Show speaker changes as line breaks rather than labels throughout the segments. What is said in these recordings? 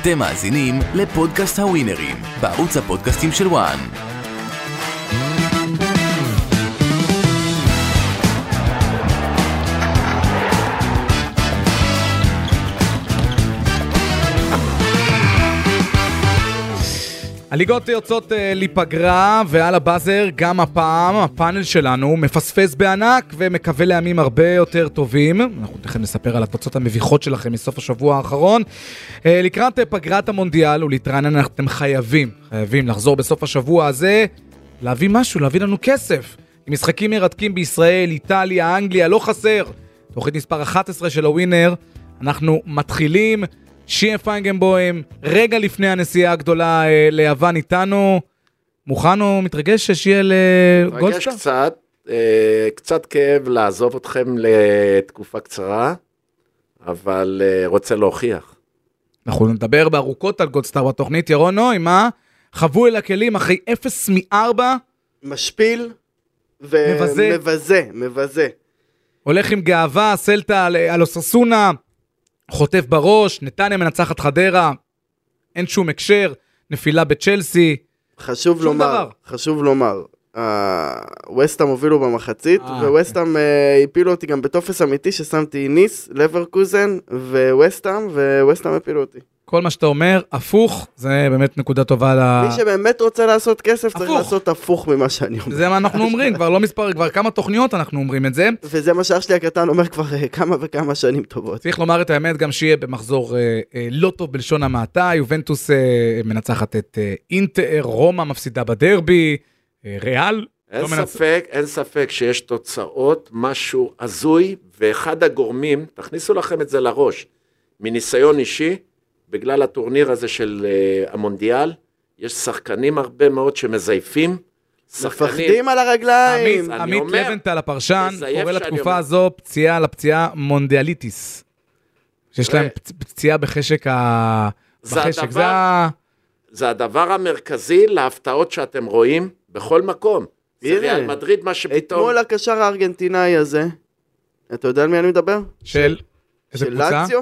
אתם מאזינים לפודקאסט הווינרים, בערוץ הפודקאסטים של וואן.
הליגות יוצאות אה, לפגרה, ועל הבאזר גם הפעם, הפאנל שלנו מפספס בענק ומקווה לימים הרבה יותר טובים. אנחנו תכף נספר על התוצאות המביכות שלכם מסוף השבוע האחרון. אה, לקראת אה, פגרת המונדיאל ולהתרענן אתם חייבים, חייבים לחזור בסוף השבוע הזה, להביא משהו, להביא לנו כסף. עם משחקים מרתקים בישראל, איטליה, אנגליה, לא חסר. תוכנית מספר 11 של הווינר, אנחנו מתחילים. שיה פיינגנבוים, רגע לפני הנסיעה הגדולה אה, ליוון איתנו. מוכן או מתרגש ששיה
מתרגש
לגולדסטאר?
קצת, אה, קצת כאב לעזוב אתכם לתקופה קצרה, אבל אה, רוצה להוכיח.
אנחנו נדבר בארוכות על גולדסטאר בתוכנית. ירון נוי, מה? חבו אל הכלים אחרי 0 מ-4,
משפיל ומבזה,
מבזה.
מבזה, מבזה.
הולך עם גאווה, סלטה על, אה, על אוססונה, חוטף בראש, נתניה מנצחת חדרה, אין שום הקשר, נפילה בצ'לסי.
חשוב
שום
לומר,
דבר.
חשוב לומר, אה, וסטאם הובילו במחצית,
אה,
וווסטאם אה, הפילו אותי גם בטופס אמיתי ששמתי ניס, לברקוזן וווסטאם, וווסטאם הפילו אותי.
כל מה שאתה אומר, הפוך, זה באמת נקודה טובה ל...
מי שבאמת רוצה לעשות כסף צריך
אה. הפוך.
לעשות הפוך ממה שאני אומר.
זה מה אנחנו אומרים, כבר לא מספר, כבר כמה תוכניות אנחנו אומרים את זה.
וזה מה שאח שלי הקטן אומר כבר אה, כמה וכמה שנים טובות.
צריך לומר את האמת, גם שיהיה במחזור אה, אה, לא טוב בלשון המעטה, יובנטוס אה, מנצחת את אה, אינטר, רומא מפסידה בדרבי, אה, ריאל.
אין
לא מנצ-
ספק, אין ספק שיש תוצאות, משהו הזוי, ואחד הגורמים, תכניסו לכם את זה לראש, מניסיון אישי, בגלל הטורניר הזה של אה, המונדיאל, יש שחקנים הרבה מאוד שמזייפים. שחקנים,
מפחדים על הרגליים.
עמית-
אני
עמית
אומר,
לבנטל הפרשן
מזייף
קורא
שאני
לתקופה
אומר.
הזו פציעה לפציעה מונדיאליטיס. שיש
תראה.
להם פצ- פציעה בחשק ה...
זה
בחשק,
הדבר-
זה ה...
זה הדבר המרכזי להפתעות שאתם רואים בכל מקום. זה
הנה.
ריאל מדריד, מה שפתאום...
אתמול הקשר הארגנטינאי הזה, אתה יודע על מי אני מדבר?
של... איזה
של
קבוצה?
לאציו?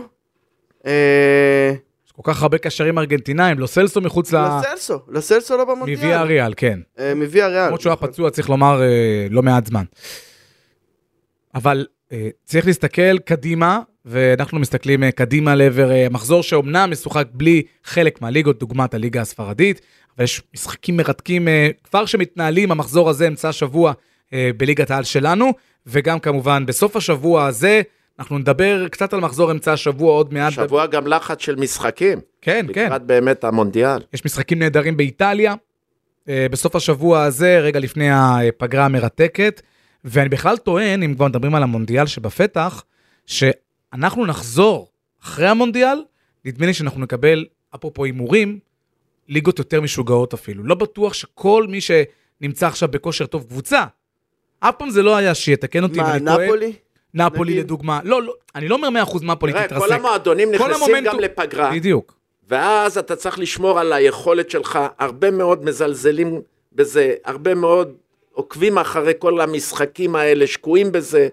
אה,
יש כל כך הרבה קשרים ארגנטינאים, לוסלסו מחוץ ל...
לסלסו, לסלסו לא במונדיאל.
מביאה ריאל, כן.
אה, מביא הריאל.
למרות שהוא היה פצוע, צריך לומר, אה, לא מעט זמן. אבל אה, צריך להסתכל קדימה, ואנחנו מסתכלים אה, קדימה לעבר אה, מחזור שאומנם משוחק בלי חלק מהליגות, דוגמת הליגה הספרדית, אבל יש משחקים מרתקים אה, כבר שמתנהלים, המחזור הזה אמצע השבוע אה, בליגת העל שלנו, וגם כמובן בסוף השבוע הזה, אנחנו נדבר קצת על מחזור אמצע השבוע עוד מעט.
שבוע גם לחץ של משחקים.
כן, כן.
לקראת באמת המונדיאל.
יש משחקים נהדרים באיטליה, אה, בסוף השבוע הזה, רגע לפני הפגרה המרתקת, ואני בכלל טוען, אם כבר מדברים על המונדיאל שבפתח, שאנחנו נחזור אחרי המונדיאל, נדמה לי שאנחנו נקבל, אפרופו הימורים, ליגות יותר משוגעות אפילו. לא בטוח שכל מי שנמצא עכשיו בכושר טוב קבוצה, אף פעם זה לא היה שיתקן אותי, אם
מה,
אני טועה.
נפולי?
נפולי
נגיד?
לדוגמה. לא, לא, אני לא אומר 100% מהפולי
תראה, כל
תתרסק.
המועדונים
כל
נכנסים
המומנטום-
גם לפגרה,
בדיוק.
ואז אתה צריך לשמור על היכולת שלך. הרבה מאוד מזלזלים בזה, הרבה מאוד עוקבים אחרי כל המשחקים האלה, שקועים בזה,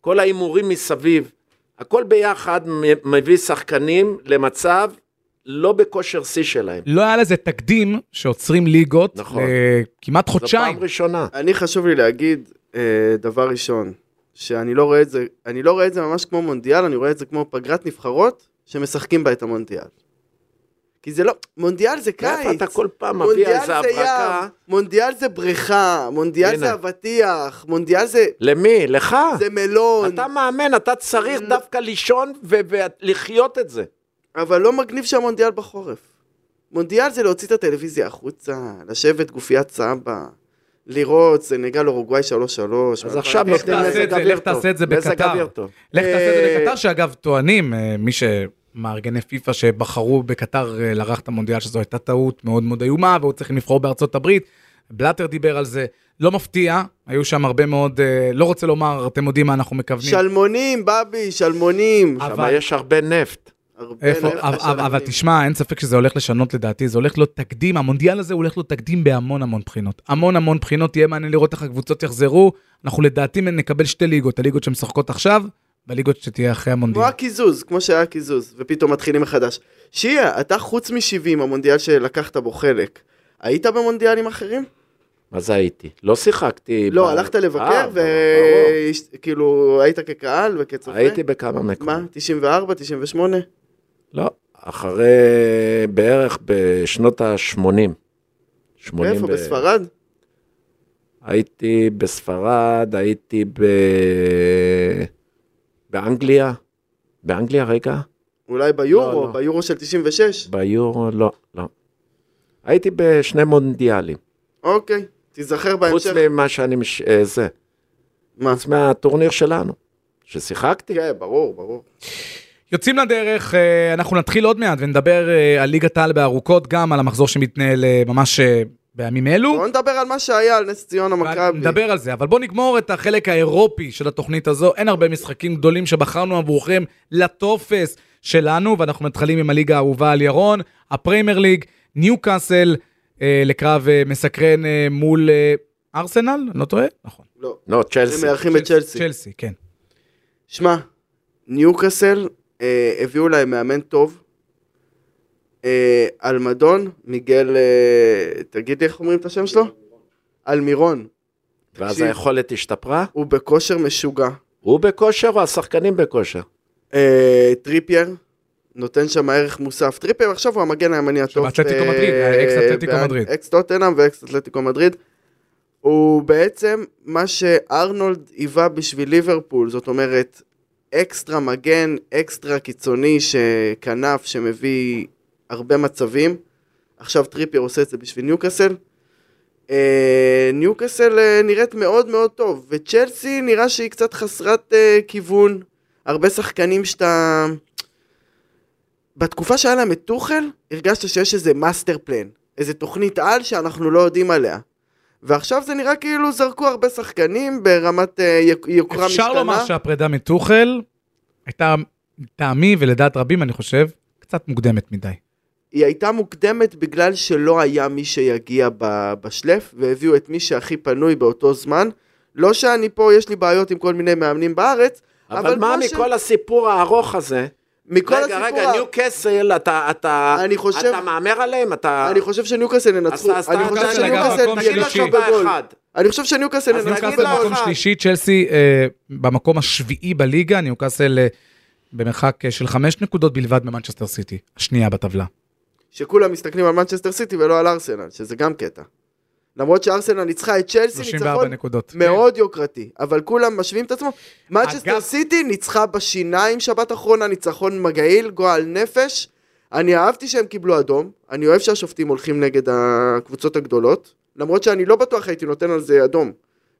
כל ההימורים מסביב. הכל ביחד מ- מביא שחקנים למצב לא בכושר שיא שלהם.
לא היה לזה תקדים שעוצרים ליגות, אה,
נכון.
כמעט
זו פעם
חודשיים.
ראשונה.
אני חשוב לי להגיד אה, דבר ראשון, שאני לא רואה את זה, אני לא רואה את זה ממש כמו מונדיאל, אני רואה את זה כמו פגרת נבחרות שמשחקים בה את המונדיאל. כי זה לא, מונדיאל זה
איפה
קיץ.
אתה כל פעם מביא
מונדיאל
איזה
זה
הברקה?
ים, מונדיאל זה בריכה, מונדיאל
הנה.
זה אבטיח, מונדיאל זה-
למי? לך?
זה מלון,
אתה מאמן, אתה צריך
נ-
דווקא לישון ו- ולחיות את זה.
אבל לא מגניב שהמונדיאל בחורף. מונדיאל זה להוציא את הטלוויזיה החוצה, לשבת גופיית סבא, לראות סנגל אורוגוואי 3-3.
אז עכשיו
איך
נותנים
תעשה
מזג
את זה?
אוויר
לך
טוב.
תעשה את זה
מזג
בקטר.
אוויר טוב.
לך תעשה את זה
אה,
בקטר, שאגב טוענים, אה, מי שמארגני פיפ"א שבחרו בקטר אה, לארח את המונדיאל, שזו הייתה טעות מאוד מאוד איומה, והיו צריכים לבחור בארצות הברית. בלאטר דיבר על זה, לא מפתיע, היו שם הרבה מאוד, אה, לא רוצה לומר, אתם יודעים מה אנחנו מכוונים.
שלמונים, בבי, שלמונים.
אבל
אבל,
יש הרבה נפט.
הרבה
איפה,
נפש
אבל, אבל, אבל
שלמונים.
תשמע, אין ספק שזה הולך לשנות לדעתי, זה הולך להיות תקדים, המונדיאל הזה הולך להיות תקדים בהמון המון בחינות. המון המון בחינות, יהיה מעניין לראות איך הקבוצות יחזרו. אנחנו לדעתי נקבל שתי ליגות, הליגות שמשחקות עכשיו, בליגות שתהיה אחרי
כמו
המונדיאל.
הקיזוז, כמו שהיה הקיזוז, ופתאום מתחילים מחדש. שיעה, אתה חוץ מ-70, המונדיאל שלקחת בו חלק, היית במונדיאלים אחרים?
מה זה הייתי? לא שיחקתי.
לא,
ב-
הלכת
אה,
לבקר,
ברור.
וכאילו, היית כקהל וכצופה?
הייתי בכמה
מה,
מקומות.
94, 98?
לא, אחרי בערך בשנות ה-80.
איפה, בספרד?
הייתי בספרד, הייתי ב... באנגליה. באנגליה רגע?
אולי ביורו,
לא, לא.
ביורו של 96?
ביורו? לא, לא. הייתי בשני מונדיאלים.
אוקיי, תיזכר
חוץ
בהמשך.
ממה שאני... מש... אה, זה.
מה?
חוץ מהטורניר שלנו, ששיחקתי.
כן, ברור, ברור.
יוצאים לדרך, אה, אנחנו נתחיל עוד מעט ונדבר אה, על ליגת העל בארוכות, גם על המחזור שמתנהל אה, ממש אה, בימים אלו.
בוא נדבר על מה שהיה, על נס ציונה מכבי.
נדבר על זה, אבל בואו נגמור את החלק האירופי של התוכנית הזו. אין הרבה משחקים גדולים שבחרנו עבורכם לטופס שלנו, ואנחנו מתחילים עם הליגה האהובה על ירון, הפריימר ליג, ניו קאסל, אה, לקרב אה, מסקרן אה, מול אה, ארסנל, אני לא טועה? נכון.
לא,
לא,
הם
צ'לסי.
מארחים את צ'לסי.
צ'לסי, כן.
שמע, ניוקאסל אה, הביאו להם מאמן טוב, אה, אלמדון, מיגל, אה, תגיד לי איך אומרים את השם שלו? אלמירון.
ואז
תקשיב.
היכולת השתפרה.
הוא בכושר משוגע.
הוא בכושר או השחקנים בכושר?
אה, טריפייר, נותן שם ערך מוסף. טריפייר עכשיו הוא המגן הימני הטוב.
באתלטיקו
ב-
מדריד, האקס אתלטיקו
ב-
מדריד.
אקס טוטנאם ואקס אתלטיקו מדריד. הוא בעצם מה שארנולד היווה בשביל ליברפול, זאת אומרת, אקסטרה מגן, אקסטרה קיצוני שכנף שמביא הרבה מצבים. עכשיו טריפייר עושה את זה בשביל ניוקאסל. אה, ניוקאסל אה, נראית מאוד מאוד טוב, וצ'לסי נראה שהיא קצת חסרת אה, כיוון. הרבה שחקנים שאתה... בתקופה שהיה להם את טוחל, הרגשת שיש איזה מאסטר פלן, איזה תוכנית על שאנחנו לא יודעים עליה. ועכשיו זה נראה כאילו זרקו הרבה שחקנים ברמת אה, יוק- יוקרה משתנה.
אפשר לומר שהפרידה מטוחל הייתה, טעמי ולדעת רבים, אני חושב, קצת מוקדמת מדי.
היא הייתה מוקדמת בגלל שלא היה מי שיגיע ב- בשלף, והביאו את מי שהכי פנוי באותו זמן. לא שאני פה, יש לי בעיות עם כל מיני מאמנים בארץ, אבל,
אבל מה
ש-
מכל הסיפור הארוך הזה?
מכל
רגע,
הסיפור...
רגע,
ה-
ניו קסל, אתה, אתה,
אני חושב-
אתה מהמר עליהם? אתה...
אני חושב שניוקאסל ינצחו.
אז- אז
אני
אתה-
חושב
אתה-
שניוקאסל
מקום
תגיד לך
שלישי.
בגול.
אחד.
אני חושב שניוקאסל
אז
ינצחו.
תגיד
ניוקאסל
לה
במקום
אחד.
שלישי, צ'לסי אה, במקום השביעי בליגה, ניוקאסל אה, במרחק אה, של חמש נקודות בלבד ממנצ'סטר סיטי, השנייה בטבלה.
שכולם מסתכלים על מנצ'סטר סיטי ולא על ארסנל, שזה גם קטע. למרות שארסנל ניצחה את צ'לסי
34
ניצחון
נקודות.
מאוד יוקרתי, אבל כולם משווים את עצמם.
אגב-
מנצ'סטר סיטי ניצחה בשיניים שבת אחרונה, ניצחון מגעיל, גועל נפש. אני אהבתי שהם קיבלו אדום, אני אוהב שהשופטים הולכים נגד הקבוצות הגדולות, למרות שאני לא בטוח הייתי נותן על זה אדום.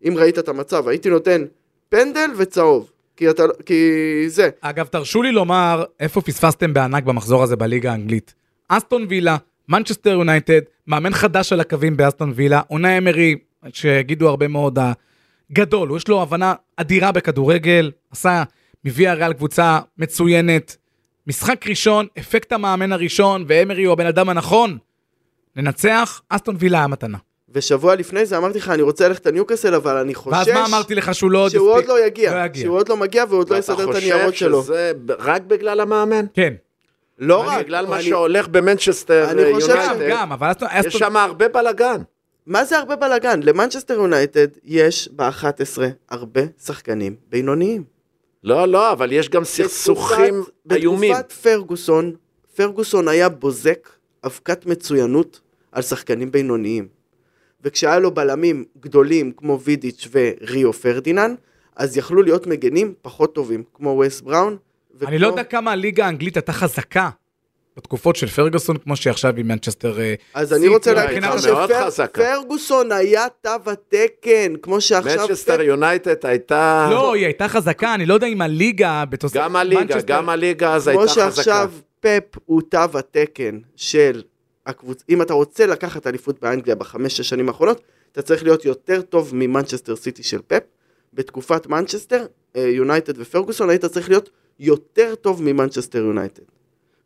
אם ראית את המצב, הייתי נותן פנדל וצהוב. כי אתה, לא- כי זה,
אגב, תרשו לי לומר איפה פספסתם בענק במחזור הזה בליגה האנגלית. אסטון וילה, מנצ'סטר יונייטד, מאמן חדש על הקווים באסטון וילה, עונה אמרי, שיגידו הרבה מאוד, הגדול, הוא יש לו הבנה אדירה בכדורגל, עשה, מביא הריאל קבוצה מצוינת. משחק ראשון, אפקט המאמן הראשון, ואמרי הוא הבן אדם הנכון. ננצח, אסטון וילה המתנה.
ושבוע לפני זה אמרתי לך, אני רוצה ללכת לניוקאסל, אבל אני חושש...
ואז מה אמרתי לך שהוא לא עוד
שהוא עוד
הספיק?
לא יגיע,
לא יגיע.
שהוא עוד לא מגיע והוא עוד לא יסדר את הניירות שלו.
אתה חושב שזה ב- רק בגלל המאמן?
כן,
לא
רק
רק,
בגלל מה
אני-
שהולך במנצ'סטר
אני חושב
גם,
יונייטד.
גם, אבל אסטון...
יש
אסטון-
שם הרבה בלאגן.
מה זה הרבה בלאגן? למנצ'סטר יונייטד יש ב-11 הרבה שחקנים בינוניים.
לא, לא, אבל יש גם סכסוכים
בתקופת-
איומים.
בתקופת פרגוסון, פרגוסון היה בוזק אבקת מצוינות על שחקנים בינוניים. וכשהיה לו בלמים גדולים כמו וידיץ' וריו פרדינן, אז יכלו להיות מגנים פחות טובים, כמו וייס בראון.
אני לא יודע כמה הליגה האנגלית הייתה חזקה בתקופות של פרגוסון, כמו שעכשיו עם מנצ'סטר... אה,
אז אני
סיטי,
רוצה להגיד
מבחינת
לך
מאוד חזקה.
שפרגוסון היה תו התקן, כמו שעכשיו...
מנצ'סטר
פפ-
יונייטד הייתה...
לא, היא הייתה חזקה, אני לא יודע אם הליגה בתוספת...
אה, גם הליגה,
מנצ'סטר-
גם הליגה אז
כמו
הייתה חזקה.
שעכשיו פפ הוא תו התקן של הקבוצה, אם אתה רוצה לקחת אליפות באנגליה בחמש, שש שנים האחרונות, אתה צריך להיות יותר טוב ממנצ'סטר סיטי של פפ. בתקופת מנצ'סטר, אה, יונייטד ופרגוסון, היית צריך להיות יותר טוב ממנצ'סטר יונייטד.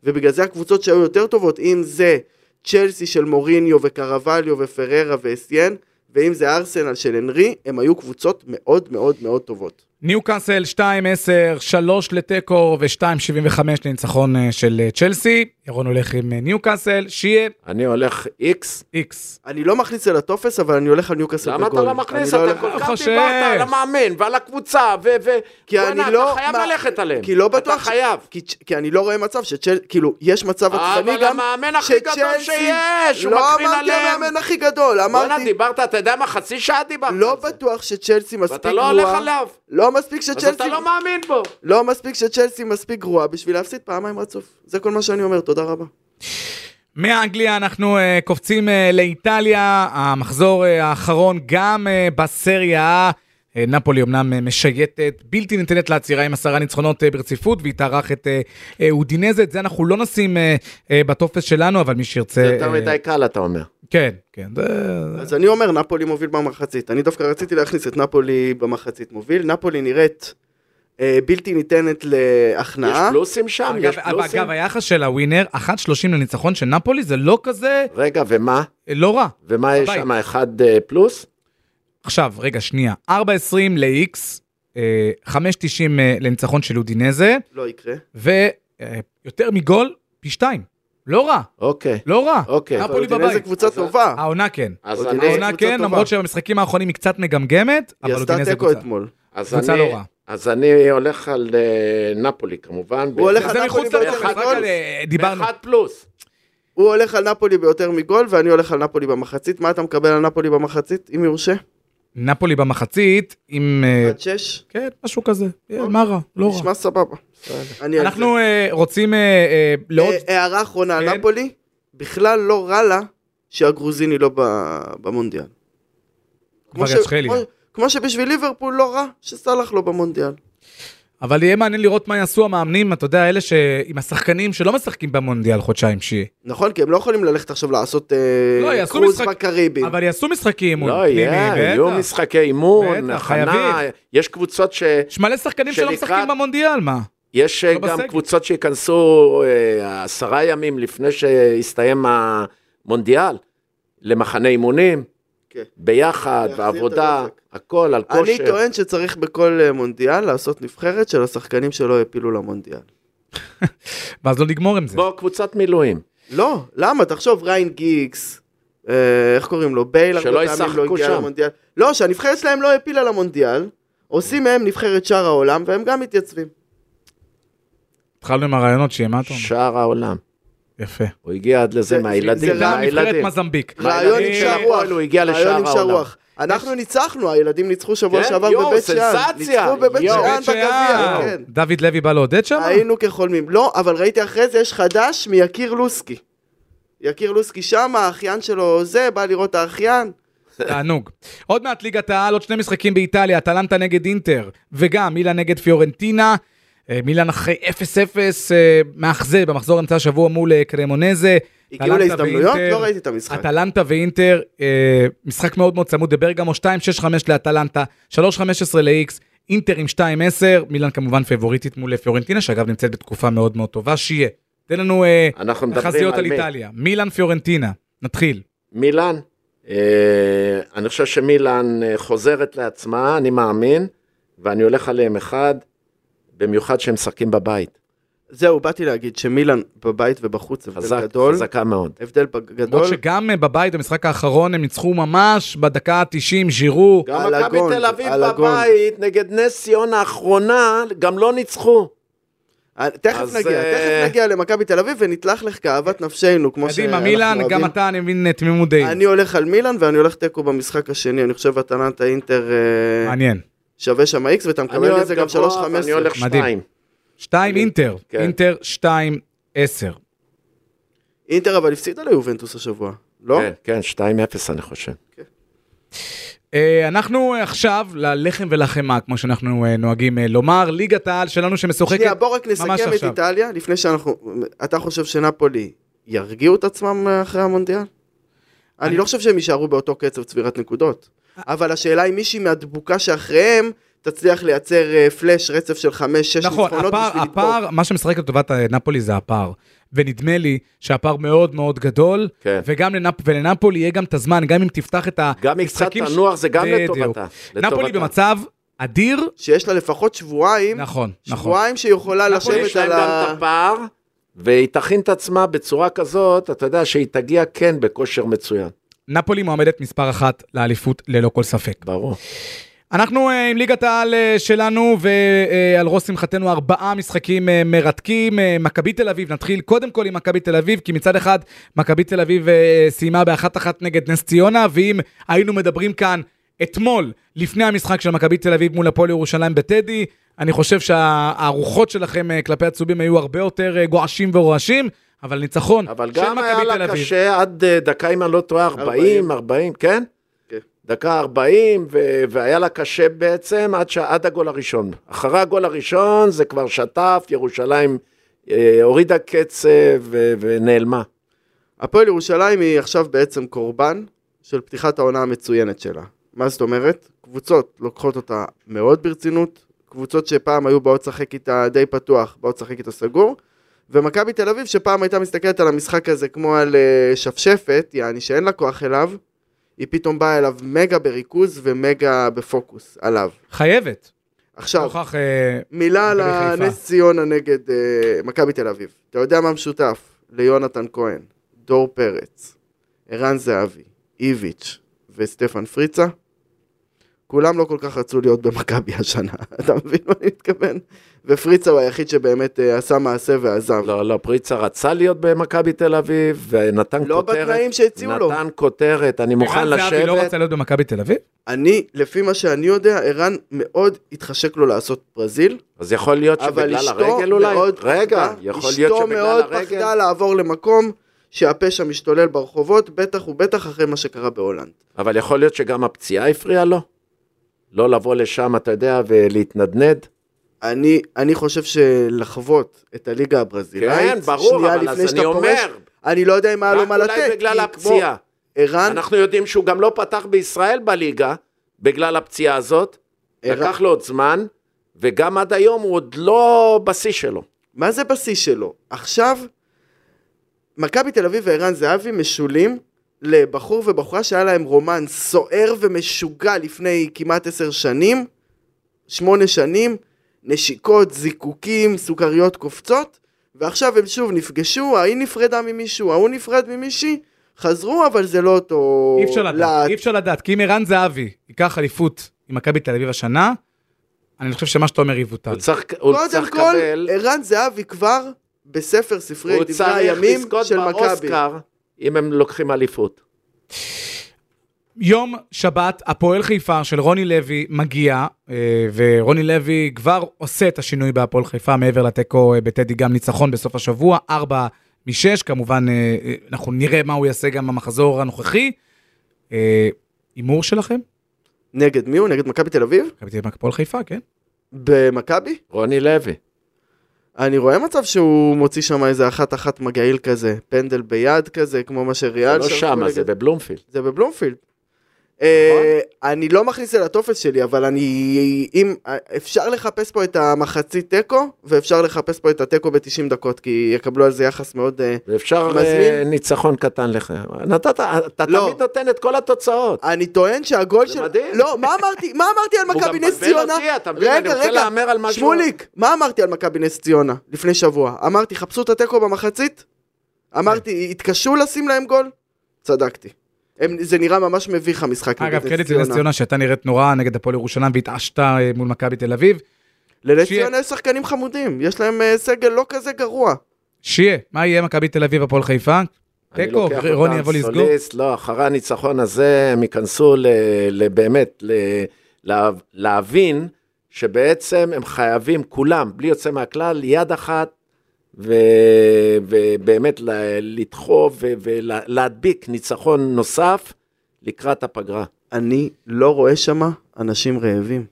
ובגלל זה הקבוצות שהיו יותר טובות, אם זה צ'לסי של מוריניו וקרווליו ופררה ואסיאן, ואם זה ארסנל של הנרי, הם היו קבוצות מאוד מאוד מאוד טובות.
ניוקאסל 2-10, 3 לתיקו ו-2.75 לניצחון אה, של אה, צ'לסי. ירון הולך עם אה, ניוקאסל, שיהיה
אני הולך איקס.
איקס.
אני לא מכניס את זה לטופס, אבל אני הולך על ניוקאסל בגול.
למה אתה לא מכניס?
אני
אתה
הולך-
כל כך
חושב.
דיברת על המאמן ועל הקבוצה, ו... ו-
כי
בואנה,
אני לא...
אתה חייב
מה-
ללכת עליהם.
כי לא בטוח...
אתה
ש-
חייב. אה,
כי צ'- כי אני לא רואה מצב שצ'ל... כאילו, יש מצב עצבני
אבל
גם...
המאמן הכי גדול
שצ'לסי-
שיש, הוא
לא
מקרין
אמרתי
עליהם.
המאמן הכי גדול,
בואנה,
אמרתי...
דיברת, אתה יודע מה? חצי שעה דיברת.
לא
על זה.
בטוח שצ'לסי מספיק
ואתה
גרועה.
לא הולך עליו.
לא מספיק שצ'לסי...
אז אתה לא מאמין בו.
לא מספיק שצ'לסי מספיק גרועה בשביל להפסיד פעמיים רצוף. זה כל מה שאני אומר, תודה רבה.
מאנגליה אנחנו אה, קופצים אה, לאיטליה, המחזור אה, האחרון גם אה, בסריה A. אה, נפולי אמנם אה, משייטת, בלתי ניתנת לעצירה עם עשרה ניצחונות אה, ברציפות, והיא תארח את אה, אה, אודינזה, את זה אנחנו לא נשים אה, אה, בטופס שלנו, אבל מי שירצה...
זה יותר
אה,
מדי קל, אתה אומר.
כן, כן, זה...
אז אני אומר, נפולי מוביל במחצית. אני דווקא רציתי להכניס את נפולי במחצית מוביל. נפולי נראית אה, בלתי ניתנת
יש
להכנעה.
פלוסים שם?
אגב,
אה, יש
אבל
פלוסים?
אגב, היחס של הווינר, 1.30 לניצחון של נפולי, זה לא כזה,
רגע, ומה?
אה, לא רע.
ומה יש
הבית.
שם? אחד אה, פלוס?
עכשיו, רגע, שנייה. 4.20 ל-X, אה, 5.90 אה, לניצחון של אודינזה,
לא יקרה.
ויותר מגול, פי שתיים. לא רע,
אוקיי.
לא רע.
אוקיי.
נפולי
אבל אודינזה
בבית.
קבוצה
אז-
טובה.
העונה כן.
אז
אודינזה
אני-
העונה
קבוצה
כן,
טובה.
למרות שבמשחקים האחרונים היא קצת מגמגמת,
היא
אבל
עשתה
אודינזה
תיקו
קבוצה.
אתמול.
אז
קבוצה
אני-
לא רעה.
אז אני הולך על אה, נפולי כמובן.
הוא הולך
ב-
על
זה מחוץ
נפולי
לטופס,
באחד
רק על... אה, דיברנו.
באחד פלוס.
הוא הולך על נפולי ביותר מגול, ואני הולך על נפולי במחצית. מה אתה מקבל על נפולי במחצית, אם יורשה?
נפולי במחצית עם... אה,
עד שש?
כן, משהו כזה. אה, מה רע? לא רע.
אוקיי. נשמע סבבה. אני על זה.
אנחנו אה, רוצים אה, אה, לעוד...
אה, הערה אחרונה על
כן.
נפולי, בכלל לא רע לה שהגרוזיני לא ב- במונדיאל. כמו ש-
וריאצ'חליה.
כמו- כמו שבשביל ליברפול לא רע שסאלח לא במונדיאל.
אבל יהיה מעניין לראות מה יעשו המאמנים, אתה יודע, אלה ש... עם השחקנים שלא משחקים במונדיאל חודשיים שיהיה.
נכון, כי הם לא יכולים ללכת עכשיו לעשות אה,
לא, יעשו
קרוז
משחק-
בקריבים.
אבל יעשו משחקי אימון.
לא,
פנימי,
יהיה, יהיו
בטח.
משחקי אימון,
בטח,
הכנה,
חייבים.
יש קבוצות ש...
יש מלא שחקנים שלא
שלקראת-
משחקים במונדיאל, מה?
יש
לא
אה, גם
בסגל.
קבוצות שייכנסו אה, עשרה ימים לפני שיסתיים המונדיאל, למחנה אימונים,
כן.
ביחד,
להחזיר את
בעבודה,
הדופק.
הכל, על
אני
כושר.
טוען שצריך בכל אה, מונדיאל לעשות נבחרת של השחקנים שלא העפילו למונדיאל.
ואז לא נגמור עם זה.
כמו קבוצת מילואים,
לא, למה? תחשוב, ריין גיגס, אה, איך קוראים לו? בייל
שלא
הרבה פעמים לא
ישחקו
הגיע
שם.
למונדיאל. לא, שהנבחרת שלהם לא העפילה למונדיאל, עושים מהם נבחרת שאר העולם, והם גם מתייצבים.
התחלנו עם הרעיונות שיהיה, מה אתה אומר?
שער העולם.
יפה.
הוא הגיע עד לזה
זה-
מהילדים,
זה גם
גם נבחרת
מהילדים.
מזמביק.
רעיון עם
הילדים
שער
של
רוח.
הפועל, הוא הגיע
רעיון
לשער
עם שער
העולם.
רוח. אנחנו ניצחנו, הילדים ניצחו שבוע
כן,
שעבר
יואו,
בבית שאן.
סנסציה,
ניצחו בבית
יואו.
שאן
בית
בגביע,
שאן.
כן.
דוד לוי בא לעודד שם?
היינו כחולמים. לא, אבל ראיתי אחרי זה יש חדש מיקיר לוסקי. יקיר לוסקי שם, האחיין שלו זה, בא לראות את האחיין.
תענוג. עוד מעט ליגת העל, עוד שני משחקים באיטליה, אטלנטה נגד אינטר, וגם מילה נגד פיורנטינה. אה, מילאן אחרי 0-0 אה, מאכזב במחזור אמצע השבוע מול אה, קרמונזה.
הגיעו
אטלנטה
להזדמנויות?
ואינטר.
לא ראיתי את המשחק.
אטלנטה ואינטר, אה, משחק מאוד מאוד צמוד בברגמו, 2-6-5 לאטלנטה, 3-15 ל-X, אינטר עם 2-10, מילאן כמובן פבוריטית מול פיורנטינה, שאגב נמצאת בתקופה מאוד מאוד טובה, שיהיה. תן לנו אה,
אנחנו מדברים
תחזיות על
על מי?
איטליה, מילאן פיורנטינה, נתחיל.
מילאן. אה, אני חושב שמילאן אה, חוזרת לעצמה, אני מאמין, ואני הולך עליהם אחד, במיוחד שהם משחקים בבית.
זהו, באתי להגיד שמילן בבית ובחוץ, הבדל
חזק,
גדול.
חזקה מאוד.
הבדל
למרות
גדול.
שגם אה, בבית במשחק האחרון הם ניצחו ממש בדקה ה-90, ז'ירו,
גם
על
מכבי
הגונג,
תל אביב
על הגונג.
בבית נגד נס ציון האחרונה, גם לא ניצחו.
אה, תכף
אז,
נגיע,
אה,
תכף נגיע למכבי תל אביב ונתלך לך כאוות נפשנו, כמו שאנחנו
קדימה
אוהבים.
מילאן, גם אתה אני מבין אה, תמימות דעים.
אני הולך על מילאן ואני הולך תיקו במשחק השני, אני חושב אטלנטה אינטר אה,
מעניין.
שווה שם איקס ואתה
אני
מקבל
אוהב
לזה גם
גבוה,
3-15.
אני הולך
מדהים.
שתיים.
2 אינטר,
כן.
אינטר 2-10.
אינטר אבל הפסידה ליובנטוס השבוע, לא?
כן, כן, שתיים אפס אני חושב.
אה, אנחנו אה, עכשיו ללחם ולחמאה, כמו שאנחנו אה, נוהגים אה, לומר, ליגת העל שלנו שמשוחקת...
שנייה, בוא רק
ממש
נסכם את
עכשיו.
איטליה, לפני שאנחנו... אתה חושב שנפולי ירגיעו את עצמם אחרי המונדיאל? אני לא חושב שהם יישארו באותו קצב צבירת נקודות. אבל השאלה היא מישהי מהדבוקה שאחריהם תצליח לייצר אה, פלאש, רצף של חמש, שש
נכון,
ניצחונות
הפער,
בשביל לדפוק.
הפער, מה שמשחק לטובת אה, נפולי זה הפער. ונדמה לי שהפער מאוד מאוד גדול,
כן.
וגם לנפ... ולנפולי יהיה גם את הזמן, גם אם תפתח את
גם היא קצת
המשחקים... ש-
תנוח, זה גם
בדיוק.
לטובתה.
נפולי
לטובתה.
במצב אדיר.
שיש לה לפחות שבועיים,
נכון, נכון.
שבועיים שהיא יכולה לשבת
יש להם
על
גם את
ה...
הפער, והיא תכין את עצמה בצורה כזאת, אתה יודע שהיא תגיע כן בכושר מצוין.
נפולי מועמדת מספר אחת לאליפות ללא כל ספק.
ברור.
אנחנו אה, עם ליגת העל אה, שלנו, ועל ראש שמחתנו ארבעה משחקים אה, מרתקים. אה, מכבי תל אביב, נתחיל קודם כל עם מכבי תל אביב, כי מצד אחד מכבי תל אביב אה, סיימה באחת אחת נגד נס ציונה, ואם היינו מדברים כאן אתמול, לפני המשחק של מכבי תל אביב מול הפועל ירושלים בטדי, אני חושב שהרוחות שלכם אה, כלפי הצהובים היו הרבה יותר אה, גועשים ורועשים, אבל ניצחון
אבל
של
גם היה
מכבי תל
לה
אביב.
קשה עד אה, דקה, אם אני לא טועה, 40, 40, כן?
כן.
דקה 40, ו- והיה לה קשה בעצם עד, ש- עד הגול הראשון. אחרי הגול הראשון זה כבר שטף, ירושלים אה, הורידה קצב ו- ונעלמה.
הפועל ירושלים היא עכשיו בעצם קורבן של פתיחת העונה המצוינת שלה. מה זאת אומרת? קבוצות לוקחות אותה מאוד ברצינות, קבוצות שפעם היו באות לשחק איתה די פתוח, באות לשחק איתה סגור, ומכבי תל אביב שפעם הייתה מסתכלת על המשחק הזה כמו על אה, שפשפת, יעני שאין לה כוח אליו, היא פתאום באה אליו מגה בריכוז ומגה בפוקוס עליו.
חייבת.
עכשיו,
נוכח אה,
מילה על
מכבי חיפה.
הנס ציונה נגד אה, מכבי תל אביב. אתה יודע מה משותף ליונתן כהן, דור פרץ, ערן זהבי, איביץ' וסטפן פריצה? כולם לא כל כך רצו להיות במכבי השנה, אתה מבין מה אני מתכוון? ופריצה הוא היחיד שבאמת אה, עשה מעשה ועזב.
לא, לא, פריצה רצה להיות במכבי תל אביב, ונתן
לא
כותרת.
בתנאים שהציעו לו.
נתן כותרת, אני מוכן
ערן זהבי לא
לשבת.
רצה להיות במכבי תל אביב?
אני, לפי מה שאני יודע, ערן מאוד התחשק לו לעשות ברזיל,
אז יכול להיות
אבל
שבגלל
אשתו
הרגל אולי?
מאוד
רגע,
פחדה,
יכול להיות
אשתו מאוד
שבגלל
פחדה
הרגל?
לעבור למקום שהפשע משתולל ברחובות, בטח ובטח אחרי מה שקרה בהולנד.
אבל יכול להיות שגם הפציעה הפריעה לו? לא לבוא לשם, אתה יודע, ולהתנדנד?
אני, אני חושב שלחוות את הליגה הברזילאית,
כן, ברור,
שנייה
אבל
לפני
אז
שאתה
אני
פורש,
אומר,
אני לא יודע אם היה לו
רק
מה לתת,
אולי בגלל
כי
הפציעה.
כמו ערן,
אנחנו יודעים שהוא גם לא פתח בישראל בליגה בגלל הפציעה הזאת.
ערן-
לקח לו עוד זמן, וגם עד היום הוא עוד לא בשיא שלו.
מה זה בשיא שלו? עכשיו, מכבי תל אביב וערן זהבי משולים לבחור ובחורה שהיה להם רומן סוער ומשוגע לפני כמעט עשר שנים, שמונה שנים, נשיקות, זיקוקים, סוכריות קופצות, ועכשיו הם שוב נפגשו, ההיא נפרדה ממישהו, ההוא נפרד ממישהי, חזרו, אבל זה לא אותו...
אי אפשר לדעת,
להט.
אי אפשר לדעת, כי אם ערן זהבי ייקח אליפות עם מכבי תל אביב השנה, אני חושב שמה שאתה אומר יבוטל.
הוא צריך הוא
קודם
צריך
כל,
לקבל...
ערן זהבי כבר בספר ספרי
הוא
דברי
צריך
הימים
לזכות
של מכבי.
באוסקר אם הם לוקחים אליפות.
יום שבת, הפועל חיפה של רוני לוי מגיע, אה, ורוני לוי כבר עושה את השינוי בהפועל חיפה מעבר לתיקו אה, בטדי, גם ניצחון בסוף השבוע, 4 מ-6, כמובן אה, אה, אנחנו נראה מה הוא יעשה גם במחזור הנוכחי. אה, הימור שלכם?
נגד מי הוא? נגד מכבי תל אביב?
מכבי תל אביב, הפועל חיפה, כן?
במכבי?
רוני לוי.
אני רואה מצב שהוא מוציא שם איזה אחת-אחת מגעיל כזה, פנדל ביד כזה, כמו מה
זה
שריאל...
לא
שלחו
שמה,
נגד-
זה נכון. בבלומפילד.
זה בבלומפילד. אה, אני לא מכניס את הטופס שלי, אבל אני... אם... אפשר לחפש פה את המחצית תיקו, ואפשר לחפש פה את התיקו ב-90 דקות, כי יקבלו על זה יחס מאוד... אה,
ואפשר
מזמין?
אה, ניצחון קטן לך. נתת, אתה
לא.
תמיד נותן את כל התוצאות.
אני טוען שהגול
זה
של...
מדהים.
לא, מה אמרתי? מה אמרתי על
הוא גם
מכבי נס
מבלבל
ציונה?
אותי, אתה מבין? אני רוצה להמר על משהו.
שמוליק, מה אמרתי על מכבי נס ציונה לפני שבוע? אמרתי, חפשו את התיקו במחצית?
כן.
אמרתי, התקשו לשים להם גול? צדקתי. הם, זה נראה ממש מביך המשחק נגד
אגב, קרדיט לנס ציונה שהייתה נראית נורא נגד הפועל ירושלים והתעשתה אה, מול מכבי תל אביב.
לנס
שיהיה-
ציונה יש שחקנים חמודים, יש להם אה, סגל לא כזה גרוע.
שיהיה, מה יהיה מכבי תל אביב הפועל חיפה?
אני
תיקו,
לוקח
רוני
אותם
יבוא לסגור.
סוליסט, לא, אחרי הניצחון הזה הם ייכנסו ל- ל- באמת, ל- לה- להבין שבעצם הם חייבים כולם, בלי יוצא מהכלל, יד אחת, ו- ובאמת ל- לדחוף ולהדביק ניצחון נוסף לקראת הפגרה.
אני לא רואה שמה אנשים רעבים.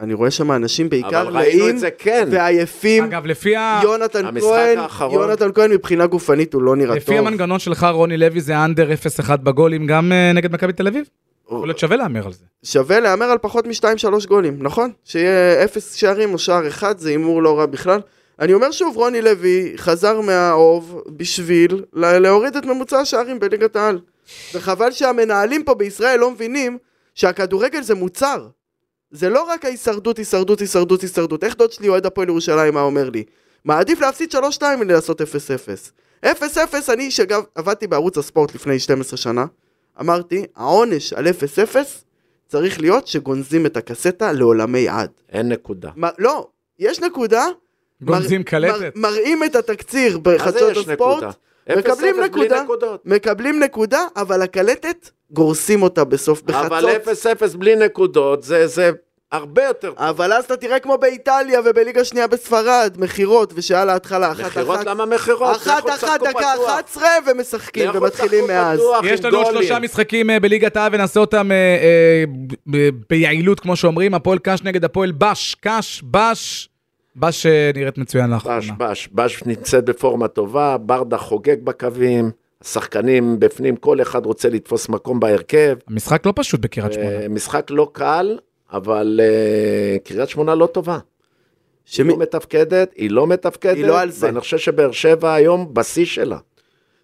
אני רואה שמה אנשים בעיקר
אבל ראינו
לאים
את זה כן,
ועייפים.
אגב, לפי ה...
יונתן
המשחק
כהן,
האחרון-
יונתן כהן מבחינה גופנית הוא לא נראה
לפי
טוב.
המנגנון שלך, רוני לוי זה אנדר 0-1 בגולים גם אה, נגד מכבי תל אביב? יכול להיות שווה להמר על זה.
שווה להמר על פחות מ-2-3 גולים, נכון? שיהיה 0 שערים או שער אחד, זה הימור לא רע בכלל. אני אומר שוב, רוני לוי חזר מהאוב בשביל לה- להוריד את ממוצע השערים בליגת העל. וחבל שהמנהלים פה בישראל לא מבינים שהכדורגל זה מוצר. זה לא רק ההישרדות, הישרדות, הישרדות, הישרדות. איך דוד שלי, אוהד הפועל ירושלים, מה אומר לי? מעדיף להפסיד 3-2 מלעשות 0-0. 0-0, אני, שגם עבדתי בערוץ הספורט לפני 12 שנה, אמרתי, העונש על 0-0 צריך להיות שגונזים את הקסטה לעולמי עד.
אין נקודה.
מה, לא, יש נקודה,
גונזים קלטת.
מר, מראים את התקציר
אז זה
בחדשות
יש
הספורט,
נקודה. אפס,
מקבלים
אפס, בלי
נקודה.
נקודות.
מקבלים נקודה, אבל הקלטת, גורסים אותה בסוף בחצות.
אבל 0-0 בלי נקודות זה, זה הרבה יותר.
אבל אז אתה תראה כמו באיטליה ובליגה שנייה בספרד, מכירות, ושעה להתחלה אחת אחת.
מכירות למה מכירות?
אחת
לכו
אחת,
תשחקו
דקה
פתוח.
11 ומשחקים
לכו
ומתחילים
תשחקו
מאז.
פתוח
יש
עם
לנו עוד
גולים.
שלושה משחקים אה, בליגת העל ונעשה אותם אה, אה, ב- ב- ביעילות, כמו שאומרים, הפועל קאש נגד הפועל בש, קאש, בש, בש אה, נראית מצוין
בש,
לאחרונה.
בש, בש נמצאת בפורמה טובה, ברדה חוגג בקווים, השחקנים בפנים, כל אחד רוצה לתפוס מקום בהרכב.
המשחק לא פשוט בקריית שמונה.
אה, משחק לא קל, אבל אה, קריית שמונה לא טובה. היא
שמי-
לא מתפקדת, היא לא מתפקדת,
היא לא על זה.
ואני חושב שבאר שבע היום בשיא שלה.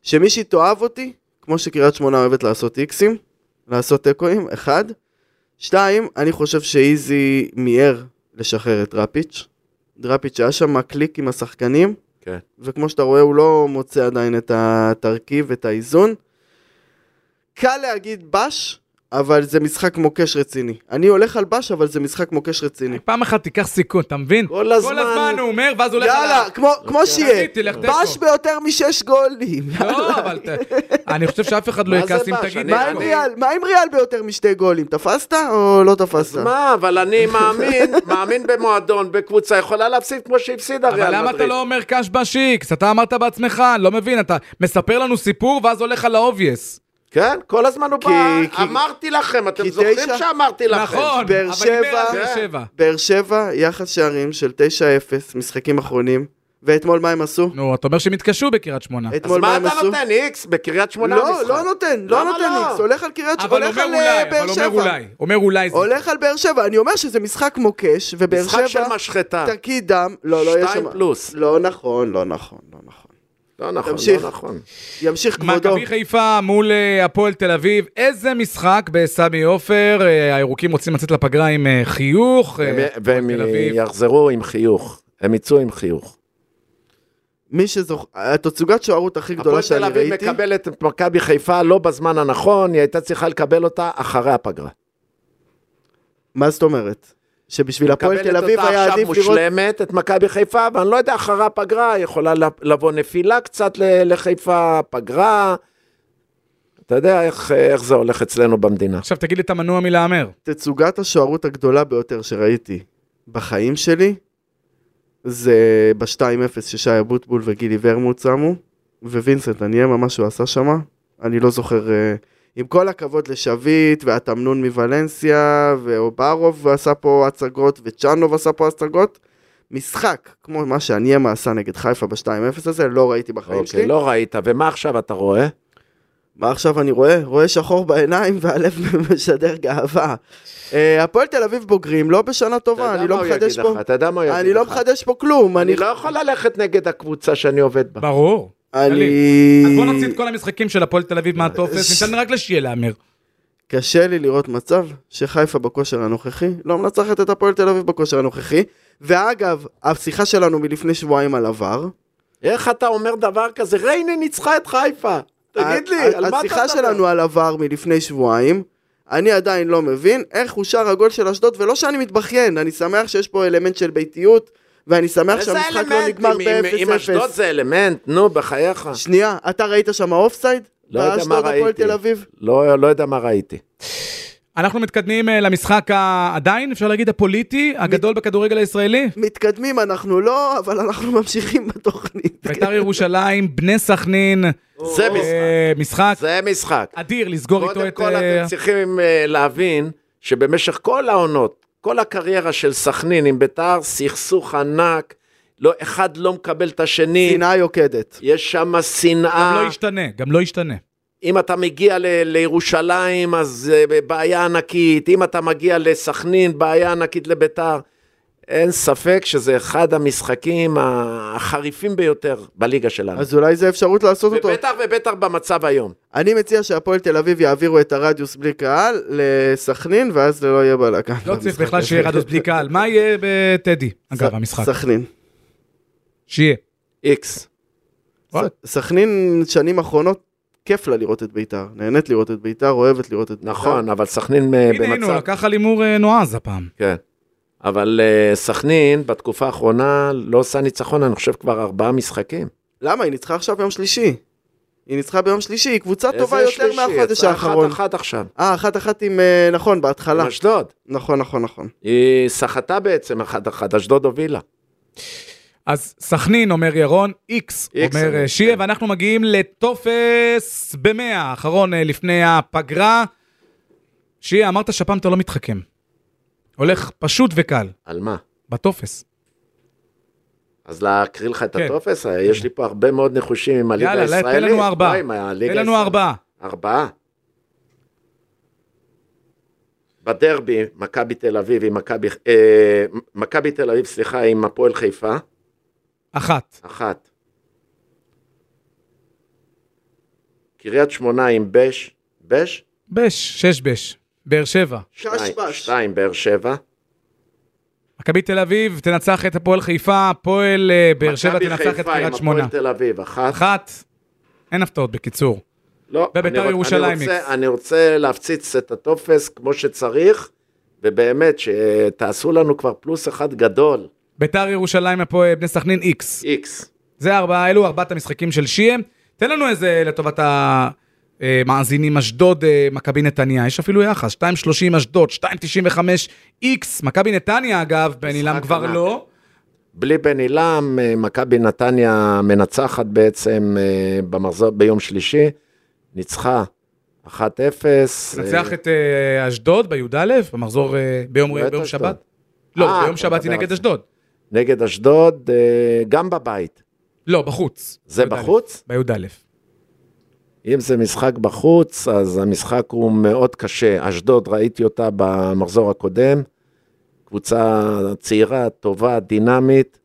שמישהי תאהב אותי, כמו שקריית שמונה אוהבת לעשות איקסים, לעשות תיקואים, אחד. שתיים, אני חושב שאיזי מיהר לשחרר את דראפיץ'. דראפיץ' היה שם קליק עם השחקנים,
כן.
וכמו שאתה רואה הוא לא מוצא עדיין את התרכיב, את האיזון. קל להגיד בש, אבל זה משחק מוקש רציני. אני הולך על בש, אבל זה משחק מוקש רציני.
פעם אחת תיקח סיכון, אתה מבין?
כל הזמן-
כל הזמן הוא אומר, ואז הוא הולך... על
יאללה,
ה- אוקיי.
כמו, כמו שיהיה,
תגיד, תלך תיקו.
בש ביותר משש גולים.
לא, אבל ת- אני חושב שאף אחד לא
מה זה
יכעס אם
בש?
תגיד...
אני-
מה עם ריאל? מה עם ריאל ביותר משתי גולים? תפסת או לא
אז
תפסת?
מה, אבל אני מאמין, מאמין במועדון, בקבוצה, יכולה להפסיד כמו שהפסידה
אבל
ריאל מדריד.
למה אתה לא אומר קאש בש איקס? אתה אמרת בעצמך, אני לא מבין, אתה מספר לנו סיפור ואז הולך על האובייס.
כן, כל הזמן הוא
כי-
בא,
כי-
אמרתי לכם, אתם
כי
זוכרים
תשע-
שאמרתי לכם.
נכון,
באר
אבל דיבר על
שבע- כן.
באר שבע.
באר שבע, יחס שערים של 9-0, משחקים אחרונים, ואתמול מה הם עשו?
נו, אתה אומר שהם התקשו בקריית שמונה.
אז
אתמול מה
מה
הם
אתה
עשו?
נותן, איקס? בקריית שמונה
לא,
המשחק.
לא נותן, לא
למה
נותן
לא?
איקס, הולך על קריית
אבל
הולך
אומר
על
אולי,
אה,
אבל
באר
אומר
שבע.
אולי, אומר אולי זה...
הולך על באר שבע, אני אומר שזה משחק מוקש, ובאר
משחק של
שבע,
משחטה.
תקי דם, לא, לא, יש
שתיים
שם...
פלוס.
לא נכון, לא נכון, לא נכון.
לא נכון,
תמשיך.
לא נכון.
ימשיך כבודו.
מכבי חיפה מול אה, הפועל תל אביב, איזה משחק בסמי עופר, אה, הירוקים רוצים לצאת לפגרה עם אה, חיוך, אה,
הם-
הפועל
והם
תל אביב.
יחזרו עם חיוך. הם יצאו עם חיוך.
מי שזוכר, התצוגת שוערות הכי גדולה
הפועל תל
שאני
אביב
ראיתי,
מקבלת את מכבי חיפה לא בזמן הנכון, היא הייתה צריכה לקבל אותה אחרי הפגרה.
מה זאת אומרת? שבשביל הפועל
מקבלת
תל אביב
אותה
היה
עכשיו
עדיף לראות
מושלמת, את מכבי חיפה, ואני לא יודע, אחרי הפגרה יכולה לבוא נפילה קצת ל- לחיפה, פגרה. אתה יודע איך, איך זה הולך אצלנו במדינה.
עכשיו תגיד לי, אתה מנוע מלהמר.
תצוגת השוערות הגדולה ביותר שראיתי בחיים שלי זה ב-2-0 ששי אבוטבול וגילי ורמוט שמו ווינסנט אני אהיה ממש הוא עשה שמה אני לא זוכר אה, עם כל הכבוד לשביט והתמנון מוולנסיה ואוברוב עשה פה הצגות וצ'אנוב עשה פה הצגות משחק כמו מה שאני אהיה עשה נגד חיפה ב-2-0 הזה לא ראיתי בחיים
אוקיי,
שלי
לא ראית, ומה עכשיו אתה רואה?
מה עכשיו אני רואה? רואה שחור בעיניים והלב משדר גאווה. אה, הפועל תל אביב בוגרים, לא בשנה טובה, אני לא מחדש פה.
אתה יודע מה הוא יגיד לך.
אני לא מחדש פה כלום,
אני
אני...
לא יכול ללכת נגד הקבוצה שאני עובד
אה,
בה.
ברור. אז בוא נוציא
אני...
את כל המשחקים של הפועל תל אביב
אה,
מהטופס, ניתן רק לשיהיה להמר.
קשה לי לראות מצב שחיפה בכושר הנוכחי לא מנצחת את הפועל תל אביב בכושר הנוכחי. ואגב, השיחה שלנו מלפני שבועיים על עבר.
איך אתה אומר דבר כזה? ריינה ניצחה את חיפה. תגיד לי, על מה אתה
השיחה
מדבר?
שלנו על עבר מלפני שבועיים, אני עדיין לא מבין איך אושר הגול של אשדוד, ולא שאני מתבכיין, אני שמח שיש פה אלמנט של ביתיות, ואני שמח
איזה
שהמשחק לא
אלמנט?
נגמר
עם- עם- עם אשדוד
ב-0-0.
זה אלמנט, נו, בחייך.
שנייה, אתה ראית שם אופסייד?
לא יודע מה
באשדוד, הפועל
ראיתי.
תל אביב?
לא לא יודע מה ראיתי.
אנחנו מתקדמים אה, למשחק ה- עדיין, אפשר להגיד, הפוליטי, הגדול בכדורגל הישראלי.
מתקדמים אנחנו לא, אבל אנחנו ממשיכים בתוכנית.
בית"ר ירושלים, בני סכנין,
זה משחק.
אה, משחק
זה משחק.
אדיר, לסגור איתו
קודם
את...
כל
אה,
אתם צריכים אה, להבין שבמשך כל העונות, כל הקריירה של סכנין עם ביתר, סכסוך ענק, לא, אחד לא מקבל את השני,
שנאה יוקדת.
יש שם
גם
שנאה.
לא ישתנה, גם לא ישתנה.
אם אתה מגיע ל- לירושלים, אז אה, בעיה ענקית, אם אתה מגיע לסכנין, בעיה ענקית לביתר. אין ספק שזה אחד המשחקים החריפים ביותר בליגה שלנו.
אז אולי זה אפשרות לעשות אותו.
ובטח ובטח במצב היום.
אני מציע שהפועל תל אביב יעבירו את הרדיוס בלי קהל לסכנין, ואז לא יהיה בלאגן.
לא צריך בכלל שיהיה רדיוס בלי קהל. מה יהיה בטדי, אגב, המשחק?
סכנין.
שיהיה.
איקס.
וואלה.
ס- סכנין, שנים אחרונות, כיף לה לראות את ביתר. נהנית לראות את ביתר, אוהבת לראות את ביתר.
נכון, אבל סכנין אה,
הנה, הנה, הוא
במצב...
לקח על הימור אה, נועז הפעם.
כן. אבל אה, סכנין בתקופה האחרונה לא עושה ניצחון, אני חושב כבר ארבעה משחקים.
למה? היא ניצחה עכשיו ביום שלישי. היא ניצחה ביום שלישי, היא קבוצה טובה
איזה
יותר
שלישי?
מהחודש
יצאה
האחרון.
אחת אחת עכשיו.
אה, אחת אחת עם, אה, נכון, בהתחלה.
עם אשדוד.
נכון, נכון, נכון.
היא סחטה בעצם אחת אחת, אשדוד הובילה.
אז סכנין, אומר ירון, איקס,
איקס,
אומר
כן.
אה,
אני-
שיהיה, ואנחנו מגיעים לטופס במאה, האחרון אה, לפני הפגרה. שיהיה, אמרת שהפעם אתה לא מתחכם. הולך פשוט וקל,
על מה?
בטופס.
אז להקריא לך את
כן.
הטופס? אה, יש לי פה הרבה מאוד נחושים עם הליגה
יאללה,
הישראלית.
תן לנו ארבעה.
לא, עם הליגה
תן לנו
הישראלית.
ארבעה.
ארבעה. בדרבי, מכבי תל אביב עם מכבי, אה, מכבי תל אביב, סליחה, עם הפועל חיפה,
אחת.
אחת. קריית שמונה עם בש, בש?
בש, שש בש. באר שבע.
שתיים-
שש-בש.
שתיים, באר שבע.
מכבי תל אביב תנצח את הפועל חיפה, הפועל אה, באר שבע
מכבי
תנצח את
חיפה עם
קריית
הפועל
שמונה.
תל אביב, אחת.
אחת. אין הפתעות, בקיצור.
לא,
ובית"ר
אני רוצ-
ירושלים
אני רוצה-
איקס.
אני רוצה להפציץ את הטופס כמו שצריך, ובאמת, שתעשו לנו כבר פלוס אחד גדול,
ביתר ירושלים, הפועל בני סכנין, איקס.
איקס.
זה ארבעה, אלו ארבעת המשחקים של שיעה. תן לנו איזה לטובת המאזינים, אשדוד, אה, מכבי נתניה, יש אפילו יחס, 2.30 אשדוד, 2.95 איקס, מכבי נתניה אגב, בן עילם
משחק
כבר
ענק.
לא.
בלי בן עילם, אה, מכבי נתניה מנצחת בעצם אה, במחזור ביום שלישי, ניצחה 1-0.
נצח את אה, אשדוד בי"א, במחזור, אה, ביום
לא
ביום
את אשדוד.
שבת. לא,
אה,
ביום
אתה
שבת היא
מדבר
נגד
על-
אשדוד.
נגד אשדוד, אה, גם בבית.
לא, בחוץ.
זה
בי"א.
בחוץ?
בי"א.
אם זה משחק בחוץ, אז המשחק הוא מאוד קשה. אשדוד, ראיתי אותה במחזור הקודם. קבוצה צעירה, טובה, דינמית.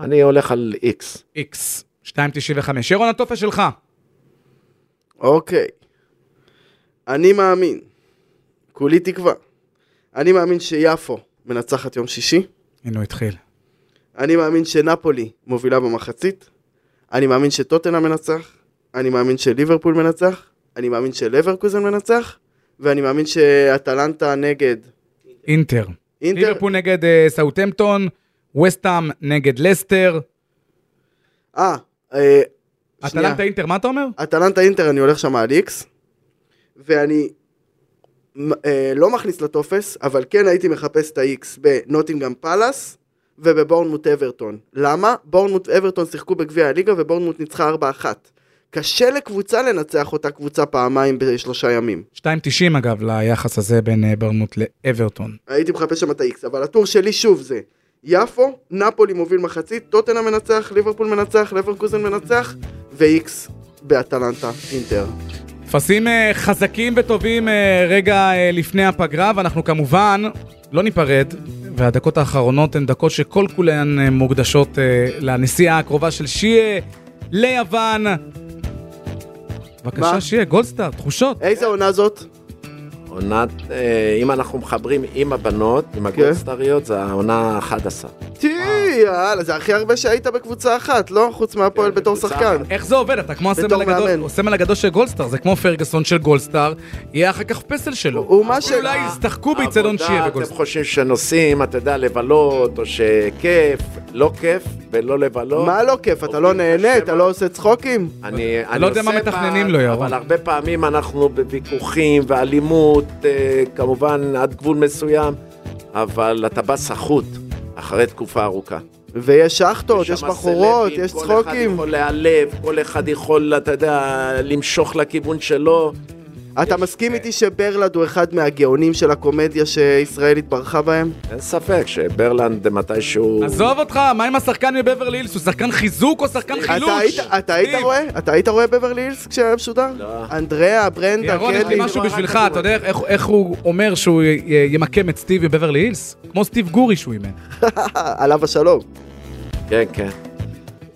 אני הולך על איקס.
איקס, 2.95. ירון, הטופס שלך.
אוקיי. אני מאמין, כולי תקווה, אני מאמין שיפו מנצחת יום שישי,
הנה הוא התחיל.
אני מאמין שנפולי מובילה במחצית, אני מאמין שטוטנה מנצח, אני מאמין שליברפול מנצח, אני מאמין שלברקוזן מנצח, ואני מאמין שאטלנטה נגד
אינטר.
אינטר.
ליברפול נגד אה, סאוטהמפטון, וסטאם נגד לסטר.
אה, אה, שנייה.
אטלנטה אינטר, מה אתה אומר?
אטלנטה אינטר אני הולך שם על איקס, ואני מ- אה, לא מכניס לטופס, אבל כן הייתי מחפש את האיקס בנוטינגאם פאלאס ובבורנמוט אברטון. למה? בורנמוט אברטון שיחקו בגביע הליגה ובורנמוט ניצחה 4-1. קשה לקבוצה לנצח אותה קבוצה פעמיים בשלושה ימים.
2.90 אגב ליחס הזה בין אה, ברמוט לאברטון.
הייתי מחפש שם את האיקס, אבל הטור שלי שוב זה יפו, נפולי מוביל מחצית, טוטנה מנצח, ליברפול מנצח, לברקוזן מנצח, ואיקס באטלנטה אינטר.
טפסים אה, חזקים וטובים אה, רגע אה, לפני הפגרה, ואנחנו כמובן לא ניפרד, והדקות האחרונות הן דקות שכל כולן אה, מוקדשות אה, לנסיעה הקרובה של שיה ליוון. בבקשה
מה? אה,
שיה, גולדסטאר, תחושות.
איזה עונה זאת?
עונת, אה, אם אנחנו מחברים עם הבנות, עם הגולדסטריות, זה העונה ה-11.
תהי, יאללה, זה הכי הרבה שהיית בקבוצה אחת, לא? חוץ מהפועל
כן,
בתור
בקבוצה
שחקן.
איך זה עובד? אתה כמו הסמל
בתור
הגדול,
מאמן.
הסמל הגדול של גולדסטאר, זה כמו פרגוסון של גולדסטאר, יהיה אחר כך פסל שלו.
הוא מה ש...
אולי ישחקו באיצטדיון שיה
עבודה,
בגולדסטאר.
אתם חושבים שנוסעים, אתה יודע, לבלות, או שכיף, לא כיף, ולא לבלות.
מה לא כיף? אתה לא
עובדים
נהנה?
קשה
אתה
מאוד.
לא עושה צחוקים?
אני, אני
לא יודע מה
עושה
מתכננים
בה-
לו, ירון.
אבל הרבה פעמים אנחנו בוויכוחים ואלימות, אה, כמובן עד גבול מסוים, אבל אתה בא סחוט אחרי תקופה ארוכה.
ויש שחטות, יש
שם
בחורות,
סלבים,
יש
כל אחד
צחוקים.
יכול להיעלב, כל אחד יכול, אתה יודע, למשוך לכיוון שלו.
אתה מסכים
כן.
איתי שברלד הוא אחד מהגאונים של הקומדיה שישראל התברכה בהם?
אין ספק שברלנד מתישהו...
עזוב אותך, מה עם השחקן מבברלי הילס? הוא שחקן חיזוק או שחקן חילוש?
אתה היית- אתה היית
טיב.
רואה? אתה היית רואה בברלי הילס כשהיה משודר?
לא.
אנדריאה, ברנדה,
ירון, יש לי
קלי.
משהו
רק
בשבילך,
כדורגל.
אתה יודע איך- איך הוא אומר שהוא י- י- ימקם את סטיב מבברלי הילס? כמו סטיב גורי שהוא אימן.
עליו השלום.
כן, כן.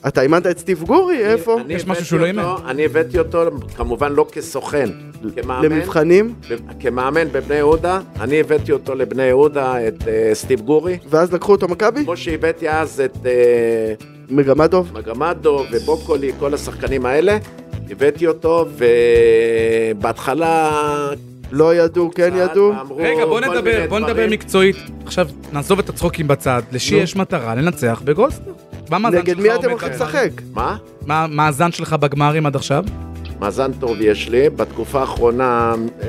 אתה אימנת את סטיב גורי? איפה?
אני
יש
הבאתי
משהו שהוא לא
אותו-
אימן.
אני הבאתי אותו, כמובן לא כסוכן, כמאמן.
למבחנים?
ב- כמאמן בבני יהודה, אני הבאתי אותו לבני יהודה, את אה, סטיב גורי.
ואז לקחו אותו מכבי?
כמו שהבאתי אז את אה,
מגמדוב?
מגמדו ובוקולי, כל השחקנים האלה, הבאתי אותו, ובהתחלה...
לא ידעו, כן ידעו?
אמרו
רגע, בוא
כל מיני
נדבר, בוא נדבר
דברים.
מקצועית. עכשיו, נעזוב את הצחוקים בצד, לשי
נו.
יש מטרה לנצח בגולדסטאר. מה המאזן
נגד
שלך
מי
עומד
אתם הולכים
בגמרים?
לשחק?
מה?
מה המאזן שלך בגמרים עד עכשיו?
מאזן טוב יש לי, בתקופה האחרונה, אה,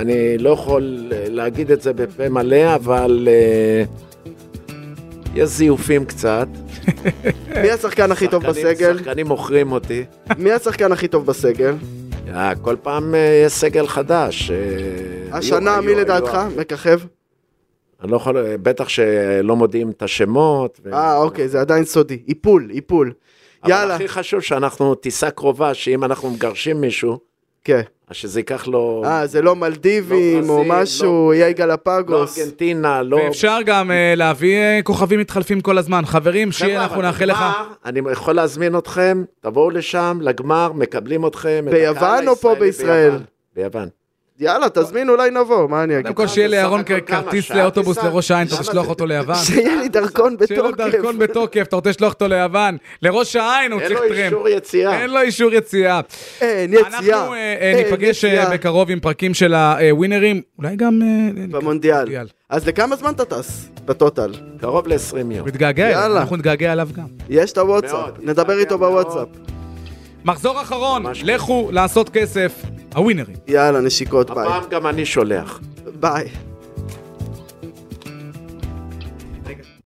אני לא יכול אה, להגיד את זה בפה מלא, אבל אה, יש זיופים קצת.
מי השחקן הכי טוב
כן. שחקנים-
בסגל?
שחקנים מוכרים אותי.
מי השחקן הכי טוב בסגל?
אה, כל פעם אה, יש סגל חדש. אה, היו-
השנה,
היו-
מי
היו- כן.
לדעתך? מככב?
אני לא יכול, אה, בטח שלא מודיעים את השמות. ו-
אה, אוקיי, זה עדיין סודי. איפול, איפול.
אבל
יאללה.
הכי חשוב שאנחנו טיסה קרובה, שאם אנחנו מגרשים מישהו,
כן.
אז שזה ייקח לו...
אה, זה לא מלדיבים
לא
או
ברזיל,
משהו, איי
לא
גלפגוס.
ארגנטינה, לא...
ואפשר גם אה, להביא אה, כוכבים מתחלפים כל הזמן. חברים, שי,
חבר'ה,
אנחנו
אבל
נאחל לך...
בגמר, אני יכול להזמין אתכם, תבואו לשם, לגמר, מקבלים אתכם. את
ביוון
הקהל
או פה
הישראלי
בישראל?
ביוון, ביוון.
יאללה,
לא.
תזמין, אולי נבוא, מה אני אגיד?
קודם כל שיהיה
בסך
לירון
הכל כמה?
כרטיס
שעה
לאוטובוס
טיסה?
לראש העין, צריך
למה
לשלוח
זה-
אותו ליוון.
שיהיה לי דרכון
שיהיה לו
בתוקף.
דרכון בתוקף, אתה רוצה לשלוח אותו ליוון. לראש העין הוא
אין
צריך
לו
טרמפ.
אישור יציאה.
אין לו אישור יציאה.
אין, יציאה.
אנחנו אה, אה,
אין,
ניפגש אה,
יציאה.
בקרוב עם פרקים של הווינרים, אולי גם... אה, נקרא-
במונדיאל. אז לכמה זמן אתה טס? בטוטל.
קרוב ל-20 יום.
הוא יתגעגע, אליו,
יאללה.
אנחנו נתגעגע אליו גם.
יש את הוואטסאפ,
מאוד,
נדבר איתו
מאוד.
בוואטסאפ.
מחזור אחרון,
ממש.
לכו לעשות כסף, הווינרים.
יאללה, נשיקות, ביי.
הפעם גם אני שולח.
ביי.